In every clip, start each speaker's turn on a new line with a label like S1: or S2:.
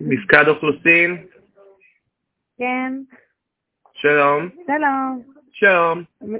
S1: מפקד כן. אוכלוסין,
S2: כן,
S1: שלום,
S2: שלום.
S1: שלום.
S2: מ-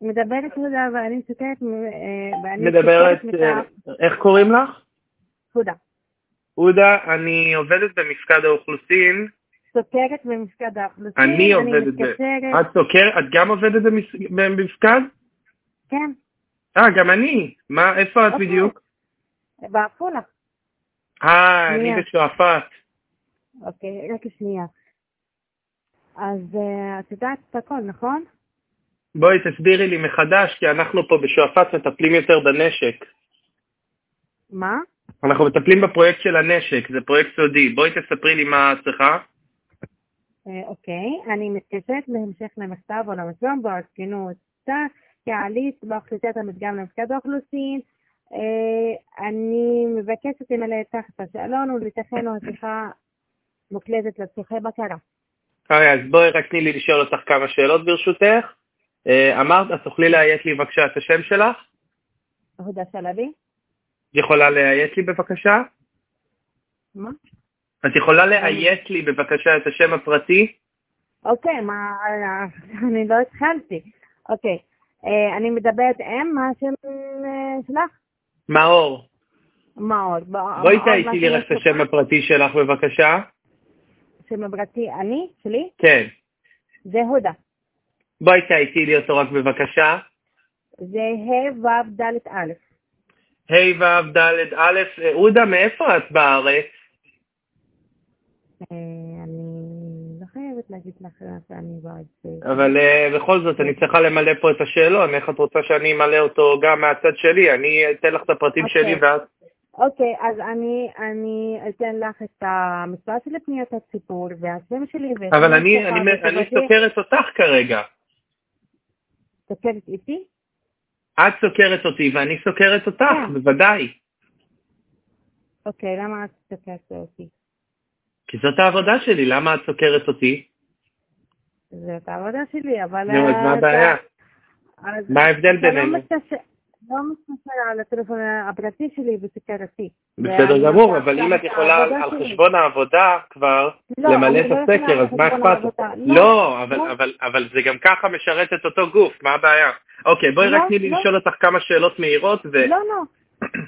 S2: מדברת הודא ואני מצטטת... מ- אה, ואני
S1: מדברת,
S2: מצטטת מטעם-
S1: אה, איך קוראים לך?
S2: הודא.
S1: עודה, אני עובדת במפקד האוכלוסין.
S2: סוקרת במפקד האוכלוסין.
S1: אני עובדת ב... את
S2: מתקשרת.
S1: סוקרת? את גם עובדת במס- במפקד?
S2: כן,
S1: אה, גם אני. מה, איפה את
S2: אוקיי.
S1: בדיוק?
S2: בעפולה.
S1: אה, אני
S2: שנייה.
S1: בשועפאט.
S2: אוקיי, רק שנייה. אז אה, את יודעת את הכל, נכון?
S1: בואי תסבירי לי מחדש, כי אנחנו פה בשועפאט מטפלים יותר בנשק.
S2: מה?
S1: אנחנו מטפלים בפרויקט של הנשק, זה פרויקט סודי. בואי תספרי לי מה את צריכה.
S2: אה, אוקיי, אני מתקשרת בהמשך למכתב או לרשום בו עדכנו אותה כעלית באוכלוסיית המדגם למפקד האוכלוסין. אה, אני מבקשת למלא את תחת השאלון ולתכן לו השיחה מוקלטת לצורכי בקרה.
S1: אוקיי, אז בואי רק תני לי לשאול אותך כמה שאלות ברשותך. אה, אמרת, את תוכלי לאיית לי בבקשה את השם שלך?
S2: הודא שלבי?
S1: את יכולה לאיית לי בבקשה?
S2: מה?
S1: את יכולה לאיית לי בבקשה את השם הפרטי?
S2: אוקיי, מה, אני לא התחלתי. אוקיי, אה, אני מדברת עם מה השם אה, שלך?
S1: מאור.
S2: מאור. בוא-
S1: בואי
S2: מאור, מה
S1: תאיתי אמ, לי
S2: שם
S1: רק את
S2: שלך?
S1: השם הפרטי שלך בבקשה.
S2: שם הפרטי אני, שלי,
S1: כן.
S2: זה הודא.
S1: בואי תאיתי לי אותו רק בבקשה.
S2: זה ה' ו' ד' א'.
S1: ה' ו' ד' א', אה, עודה, מאיפה את בארץ?
S2: אה, אני לא חייבת להגיד לך שאני בעד זה.
S1: אבל אה, בכל זאת, אני צריכה למלא פה את השאלון, איך את רוצה שאני אמלא אותו גם מהצד שלי? אני אתן לך את הפרטים
S2: אוקיי.
S1: שלי ואת...
S2: אוקיי, אז אני, אני אתן לך את המספר של פניות הציבור והשם שלי. ואת
S1: אבל
S2: שם
S1: אני,
S2: שלך
S1: אני,
S2: ואת
S1: אני
S2: פרטי.
S1: סוקרת אותך כרגע.
S2: סוקרת איתי?
S1: את סוקרת אותי ואני סוקרת אותך,
S2: כן.
S1: בוודאי.
S2: אוקיי, למה את סוקרת אותי?
S1: כי זאת העבודה שלי, למה את סוקרת אותי?
S2: זאת העבודה שלי, אבל... אה,
S1: נו, אז מה
S2: אתה-
S1: הבעיה?
S2: אז
S1: מה ההבדל
S2: אתה לא
S1: בינינו?
S2: מתקשר- לא מתקשר על הטלפון הפרטי שלי וסוקר אותי. ואני
S1: בסדר גמור,
S2: עושה
S1: אבל אם
S2: עכשיו
S1: את יכולה על
S2: העבודה
S1: על
S2: שלי.
S1: חשבון העבודה כבר
S2: לא,
S1: למלא
S2: אני
S1: את
S2: לא יכולה
S1: הסקר,
S2: על
S1: אז מה
S2: חשבון
S1: אכפת לך?
S2: העבודה.
S1: לא, אבל-
S2: לא.
S1: אבל- אבל זה גם ככה משרת את אותו גוף, מה הבעיה? אוקיי, בואי
S2: לא,
S1: רק תני לי
S2: לא.
S1: לשאול אותך כמה שאלות מהירות, ו...
S2: לא, לא,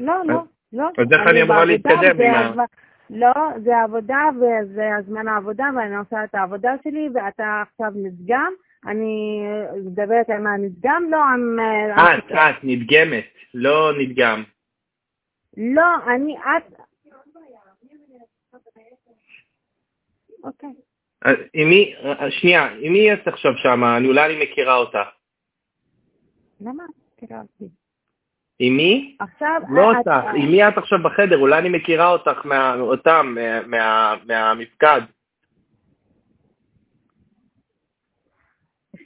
S2: לא, לא, לא.
S1: אז איך אני אמורה
S2: בעבודה,
S1: להתקדם
S2: זה
S1: עם ה-
S2: הזמן- לא, זה עבודה וזה הזמן העבודה ואני עושה את העבודה שלי ואתה עכשיו נדגם, אני מדברת עם הנדגם, לא עם... אה,
S1: את, את, נדגמת, לא נדגם.
S2: לא, אני, את... אוקיי.
S1: אז אה, עם מי, שנייה, עם מי את עכשיו שמה? אני- אולי אני מכירה אותך.
S2: למה את מכירה אותי?
S1: עם מי?
S2: עכשיו...
S1: לא
S2: את-
S1: אותך, עם מי את עכשיו בחדר? אולי אני מכירה אותך, מה- אותם, מה- מה- מהמפקד.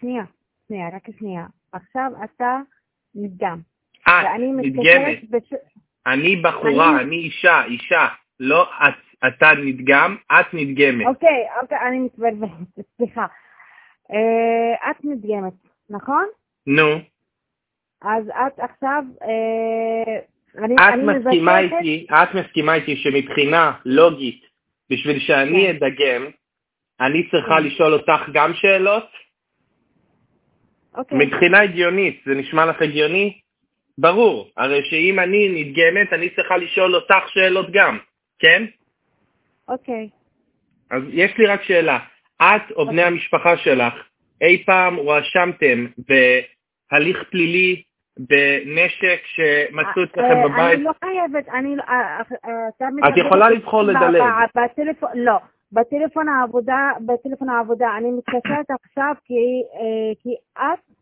S2: שנייה, שנייה, רק שנייה. עכשיו אתה נדגם.
S1: את,
S2: ואני
S1: אה, נדגמת.
S2: מתקשרת בש...
S1: אני בחורה,
S2: אני-
S1: אני אישה, אישה. לא את, אתה נדגם, את נדגמת.
S2: אוקיי, אוקיי, אני מתבלבלת, סליחה. אה, את נדגמת, נכון?
S1: נו,
S2: אז את עכשיו, אה, אני,
S1: את
S2: אני
S1: מסכימה
S2: מבקשת-
S1: איתי, את מסכימה איתי שמבחינה לוגית, בשביל שאני
S2: כן.
S1: אדגם, אני צריכה
S2: כן.
S1: לשאול אותך גם שאלות?
S2: אוקיי,
S1: מבחינה הגיונית, זה נשמע לך הגיוני? ברור, הרי שאם אני נדגמת, אני צריכה לשאול אותך שאלות גם, כן?
S2: אוקיי.
S1: אז יש לי רק שאלה. את או בני
S2: אוקיי.
S1: המשפחה שלך אי פעם הואשמתם בהליך פלילי בנשק שמצאו אצלכם
S2: אה,
S1: בבית?
S2: אני לא חייבת, אני, לא- אה, אה, אתה
S1: את יכולה לבחור
S2: ב-
S1: לדלג.
S2: ב- בטלפון, לא. בטלפון העבודה, בטלפון העבודה, אני מתקשרת עכשיו כי, אה, כי את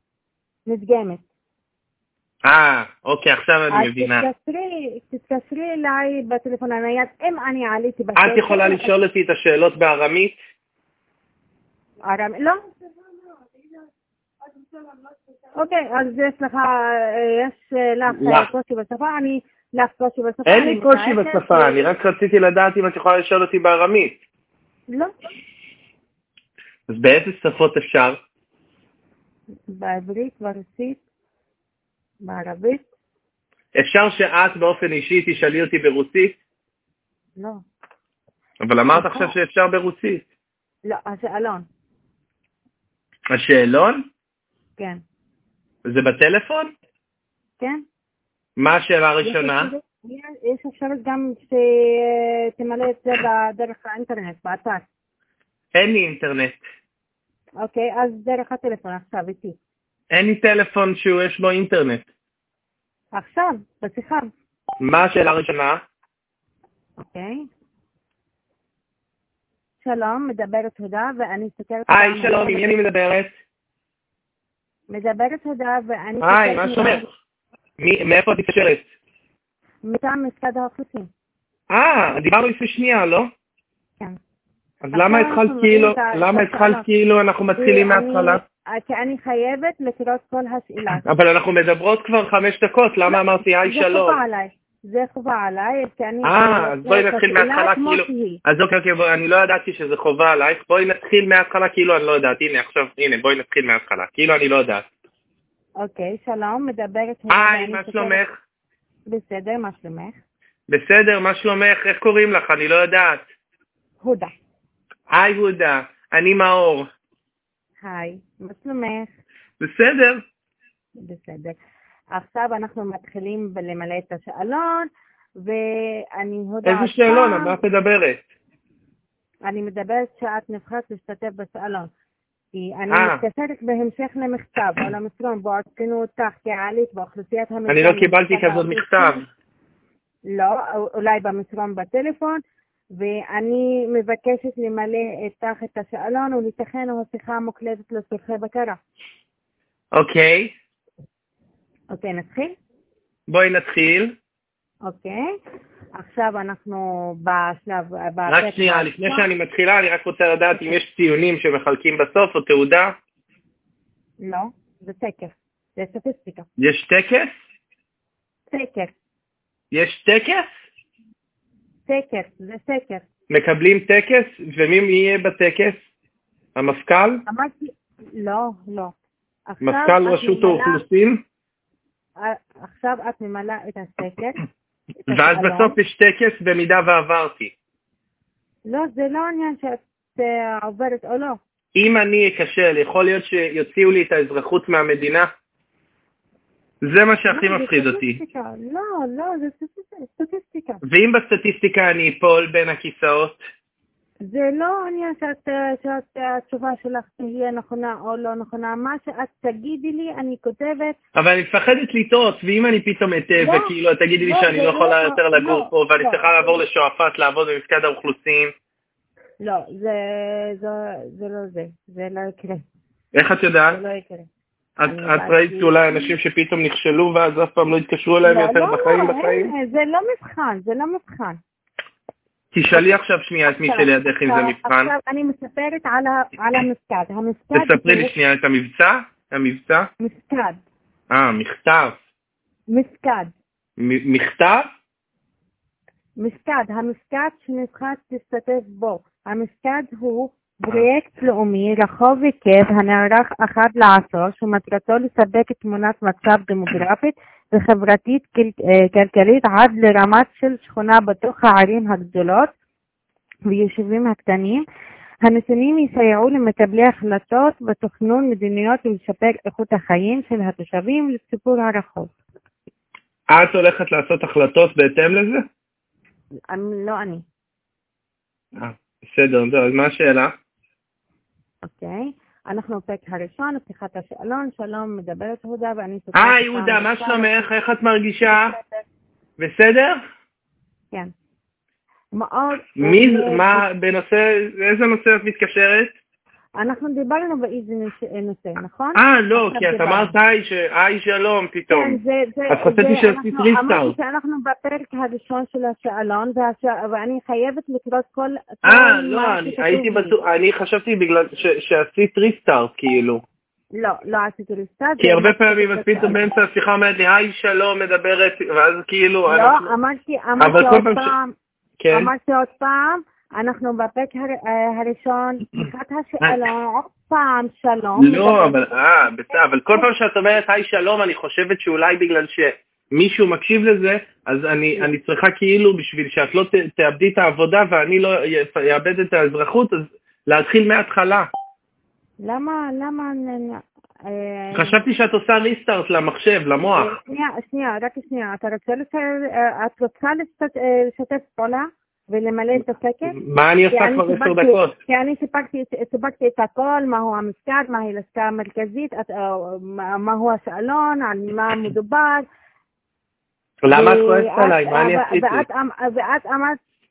S2: נדגמת.
S1: אה, אוקיי, עכשיו
S2: אז
S1: אני מבינה.
S2: תתקשרי, תתקשרי אליי בטלפון הנייד, אם אני עליתי בטלפון.
S1: את יכולה לשאול אותי את השאלות בארמית?
S2: ארמי, לא. אוקיי, אז יש לך, אה, יש אה, לך אה,
S1: לך.
S2: קושי בשפה, אני, לך קושי בשפה.
S1: אין
S2: אני
S1: לי קושי
S2: מתעקשת.
S1: בשפה, אני רק רציתי לדעת אם את יכולה לשאול אותי בארמית.
S2: לא,
S1: אז באיזה שפות אפשר?
S2: בעברית, ברוסית, בערבית,
S1: אפשר שאת באופן אישי תשאלי אותי ברוסית?
S2: לא.
S1: אבל אמרת
S2: נכון.
S1: עכשיו שאפשר ברוסית.
S2: לא, השאלון,
S1: השאלון?
S2: כן.
S1: זה בטלפון?
S2: כן?
S1: מה השאלה
S2: יש
S1: הראשונה?
S2: אפשרות- יש אפשרות גם שתמלא את זה דרך האינטרנט, באתר.
S1: אין לי אינטרנט.
S2: אוקיי, אז דרך הטלפון עכשיו איתי.
S1: אין לי טלפון שיש בו אינטרנט.
S2: עכשיו, בשיחה.
S1: מה השאלה הראשונה?
S2: אוקיי. שלום, מדברת הודא ואני סוקרת...
S1: היי, שלום, עם מי אני מדברת?
S2: מדברת הודא ואני...
S1: היי,
S2: סוקרת
S1: מה
S2: מ-
S1: שלומך? מי- מאיפה את מתקשרת?
S2: מטעם משרד האוכלוסין.
S1: אה, דיברנו לפני שנייה, לא?
S2: כן.
S1: אז
S2: עכשיו
S1: למה
S2: אנחנו
S1: התחלת
S2: מבינים
S1: כאילו,
S2: לא את ה-
S1: למה
S2: את השאלה.
S1: התחלת כאילו אנחנו מתחילים
S2: כי אני-
S1: מההתחלה?
S2: כי אני חייבת לקרוא את כל השאלה.
S1: אבל אנחנו מדברות כבר חמש דקות, למה אמרתי היי
S2: לא, זה
S1: שלום?
S2: חובה עליי. זה חובה עליי, כי אני...
S1: אה, אז בואי נתחיל מההתחלה,
S2: כמו
S1: כאילו-
S2: שהיא.
S1: אז אוקיי, אוקיי, בואי, אני לא ידעתי שזה חובה עלייך, בואי נתחיל מההתחלה כאילו אני לא יודעת, הנה עכשיו, הנה בואי נתחיל מההתחלה, כאילו אני לא יודעת.
S2: אוקיי, שלום, מדברת...
S1: היי,
S2: אני
S1: מה
S2: סוקרת-
S1: שלומך?
S2: בסדר, מה שלומך?
S1: בסדר, מה שלומך? איך קוראים לך? אני לא יודעת.
S2: הודא.
S1: היי הודה, אני מאור.
S2: היי, מה שלומך?
S1: בסדר?
S2: בסדר. עכשיו אנחנו מתחילים למלא את השאלון, ואני הודעה...
S1: איזה שאלון, על מה את מדברת?
S2: אני מדברת שאת נבחרת להשתתף בשאלון. כי אני
S1: אה.
S2: מתקשרת בהמשך למכתב או למסרון בו עדכנו אותך כעלית באוכלוסיית המדינה.
S1: אני לא קיבלתי כזאת מכתב.
S2: לא, או- אולי במסרון בטלפון, ואני מבקשת למלא איתך את השאלון ולתכן השיחה מוקלטת לצורכי בקרה.
S1: אוקיי,
S2: אוקיי, נתחיל?
S1: בואי נתחיל.
S2: אוקיי. עכשיו אנחנו בשלב...
S1: רק
S2: בפרק
S1: שנייה,
S2: הראשון.
S1: לפני שאני מתחילה, אני רק רוצה לדעת אם יש ציונים שמחלקים בסוף או תעודה.
S2: לא, זה סקר. זה סטטיסטיקה.
S1: יש טקס?
S2: סקר,
S1: יש טקס?
S2: סקר, זה סקר.
S1: מקבלים טקס? ומי מי יהיה בטקס? המפכ"ל?
S2: אמרתי, לא, לא. עכשיו
S1: מפכ"ל
S2: את
S1: רשות
S2: ממלאה-
S1: האוכלוסין?
S2: אה, עכשיו את ממלאה את הסקר. את
S1: ואז
S2: השאלון.
S1: בסוף יש טקס במידה ועברתי.
S2: לא, זה לא עניין שאת אה, עוברת או לא.
S1: אם אני אכשל, יכול להיות שיוציאו לי את האזרחות מהמדינה? זה מה שהכי
S2: לא, זה
S1: מפחיד אותי.
S2: סטטיסטיקה. לא, לא, זה סטטיסט- סטטיסטיקה.
S1: ואם בסטטיסטיקה אני אפול בין הכיסאות?
S2: זה לא עניין שאת, אה, שאת, אה, התשובה שלך תהיה נכונה או לא נכונה. מה שאת תגידי לי, אני כותבת.
S1: אבל אני מפחדת לטעות, ואם אני פתאום אטעה
S2: לא,
S1: וכאילו את תגידי לי
S2: לא,
S1: שאני
S2: זה
S1: לא יכולה
S2: לא,
S1: יותר לגור
S2: לא,
S1: פה ואני
S2: לא.
S1: צריכה לעבור לשועפאט לעבוד במפקד האוכלוסין,
S2: לא, זה, זה, זה לא זה. זה לא יקרה.
S1: איך את יודעת?
S2: זה לא יקרה.
S1: את
S2: אני
S1: את
S2: יודעת
S1: ראית
S2: כי-
S1: אולי אנשים שפתאום נכשלו ואז אף פעם לא התקשרו אליהם
S2: לא,
S1: יותר
S2: לא,
S1: בחיים
S2: לא,
S1: בחיים?
S2: אין, זה לא מבחן, זה לא מבחן.
S1: תשאלי עכשיו שנייה את מי
S2: עכשיו,
S1: שלידך אם זה
S2: עכשיו-
S1: מבחן.
S2: עכשיו אני מספרת על ה- על המפקד. המפקד...
S1: תספרי לי
S2: זה
S1: שנייה את המבצע. המבצע?
S2: מפקד.
S1: אה, מכתב.
S2: מפקד.
S1: מ- מכתב?
S2: מפקד. המפקד שנבחרת תשתתף בו. המפקד הוא פרויקט לאומי רחוב היקף הנערך אחת לעשור שמטרתו לספק תמונת מצב דמוגרפית וחברתית כל- אה, כלכלית עד לרמת של שכונה בתוך הערים הגדולות ויישובים הקטנים. הנתונים יסייעו למקבלי החלטות בתכנון מדיניות ולשפר איכות החיים של התושבים לציבור הרחוב.
S1: את הולכת לעשות החלטות בהתאם לזה?
S2: אני- לא אני.
S1: אה, בסדר, זהו, אז מה השאלה?
S2: אוקיי. אנחנו בפרק הראשון, פתיחת השאלון, שלום, מדברת הודא ואני סופרת.
S1: אה,
S2: את
S1: יהודה, מה
S2: המכתב.
S1: שלומך? איך את מרגישה? בסדר?
S2: כן. מאוד...
S1: מי,
S2: אה,
S1: מה, בנושא, איזה נושא את מתקשרת?
S2: אנחנו דיברנו באיזה נוש- נושא, נכון?
S1: אה, לא,
S2: עכשיו
S1: כי את
S2: דיברנו.
S1: אמרת היי, ש- היי שלום
S2: כן,
S1: פתאום.
S2: זה, זה,
S1: אז חשבתי
S2: זה-
S1: שעשית
S2: אנחנו-
S1: restart.
S2: אמרתי שאנחנו בפרק הראשון של השאלון, והשא- ואני חייבת לקרוא את כל...
S1: אה,
S2: כל
S1: לא,
S2: מה
S1: אני
S2: שכתוב
S1: הייתי
S2: לי.
S1: בטוח, אני חשבתי בגלל ש- שעשית ריסטארט, כאילו.
S2: לא, לא עשיתי ריסטארט.
S1: כי
S2: זה
S1: הרבה
S2: מה
S1: פעמים את
S2: שכתוב
S1: פתאום
S2: לי.
S1: באמצע השיחה אומרת לי, היי שלום, מדברת, ואז כאילו, אנחנו-
S2: לא, אמרתי, אמרתי
S1: אבל כל
S2: עוד
S1: פעם ש-
S2: פעם,
S1: כן.
S2: אמרתי עוד פעם, אנחנו בפרק הר- אה, הראשון, פתיחת השאלון, עוד פעם, שלום.
S1: לא, אבל, אה, בסדר, אבל כל פעם שאת אומרת היי שלום, אני חושבת שאולי בגלל ש... מישהו מקשיב לזה, אז אני, אני צריכה כאילו בשביל שאת לא ת, תאבדי את העבודה ואני לא אאבד את האזרחות, אז להתחיל מההתחלה.
S2: למה, למה...
S1: חשבתי שאת עושה ריסטארט למחשב, למוח.
S2: שנייה, שנייה, רק שנייה. אתה רוצה לשתף, את רוצה לשתף פעולה ולמלא את הסקר?
S1: מה כן. אני עושה כבר עשר דקות?
S2: כי אני סיפקתי את הכל, מהו המסגד, מהי הלשכה המרכזית, מהו השאלון, על מה מדובר.
S1: למה את
S2: אה,
S1: כועסת עליי? מה אני עשיתי?
S2: ואת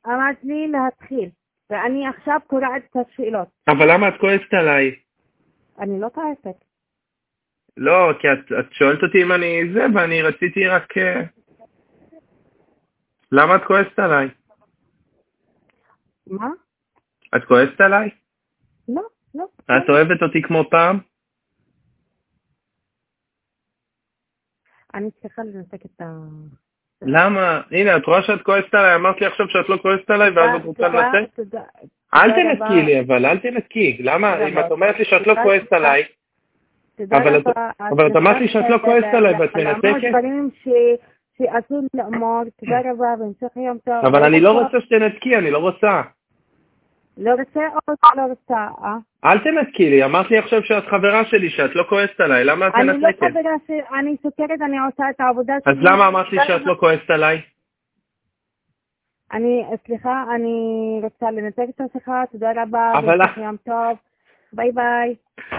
S2: אמרת לי להתחיל, ואני עכשיו קוראת את השאלות.
S1: אבל למה את כועסת עליי?
S2: אני לא כועסת.
S1: לא, כי את, את שואלת אותי אם אני זה, ואני רציתי רק... אה, למה את כועסת עליי?
S2: מה?
S1: את כועסת עליי?
S2: לא, לא.
S1: את אוהבת אותי כמו פעם?
S2: אני צריכה לנתק את ה...
S1: למה? הנה, את רואה שאת כועסת עליי, אמרת לי עכשיו שאת לא כועסת עליי, ואז את רוצה לנתק? אל תנתקי לי, אבל אל תנתקי. למה? אם את אומרת לי שאת לא כועסת עליי... אבל את אמרת לי שאת לא כועסת עליי ואת מנתקת.
S2: שאסור לאמור, תודה רבה והמשך יום טוב.
S1: אבל אני לא רוצה שתנתקי, אני לא רוצה.
S2: לא רוצה או לא רוצה, אה?
S1: אל תנתקי לי, אמרת לי עכשיו שאת חברה שלי, שאת לא כועסת עליי, למה את מנתקת?
S2: אני לא חברה שלי, אני סוכרת, אני עושה את העבודה
S1: שלי. אז למה אמרת לי שאת לא כועסת עליי?
S2: אני, סליחה, אני רוצה לנתק את השיחה, תודה רבה, והמשך יום טוב, ביי ביי.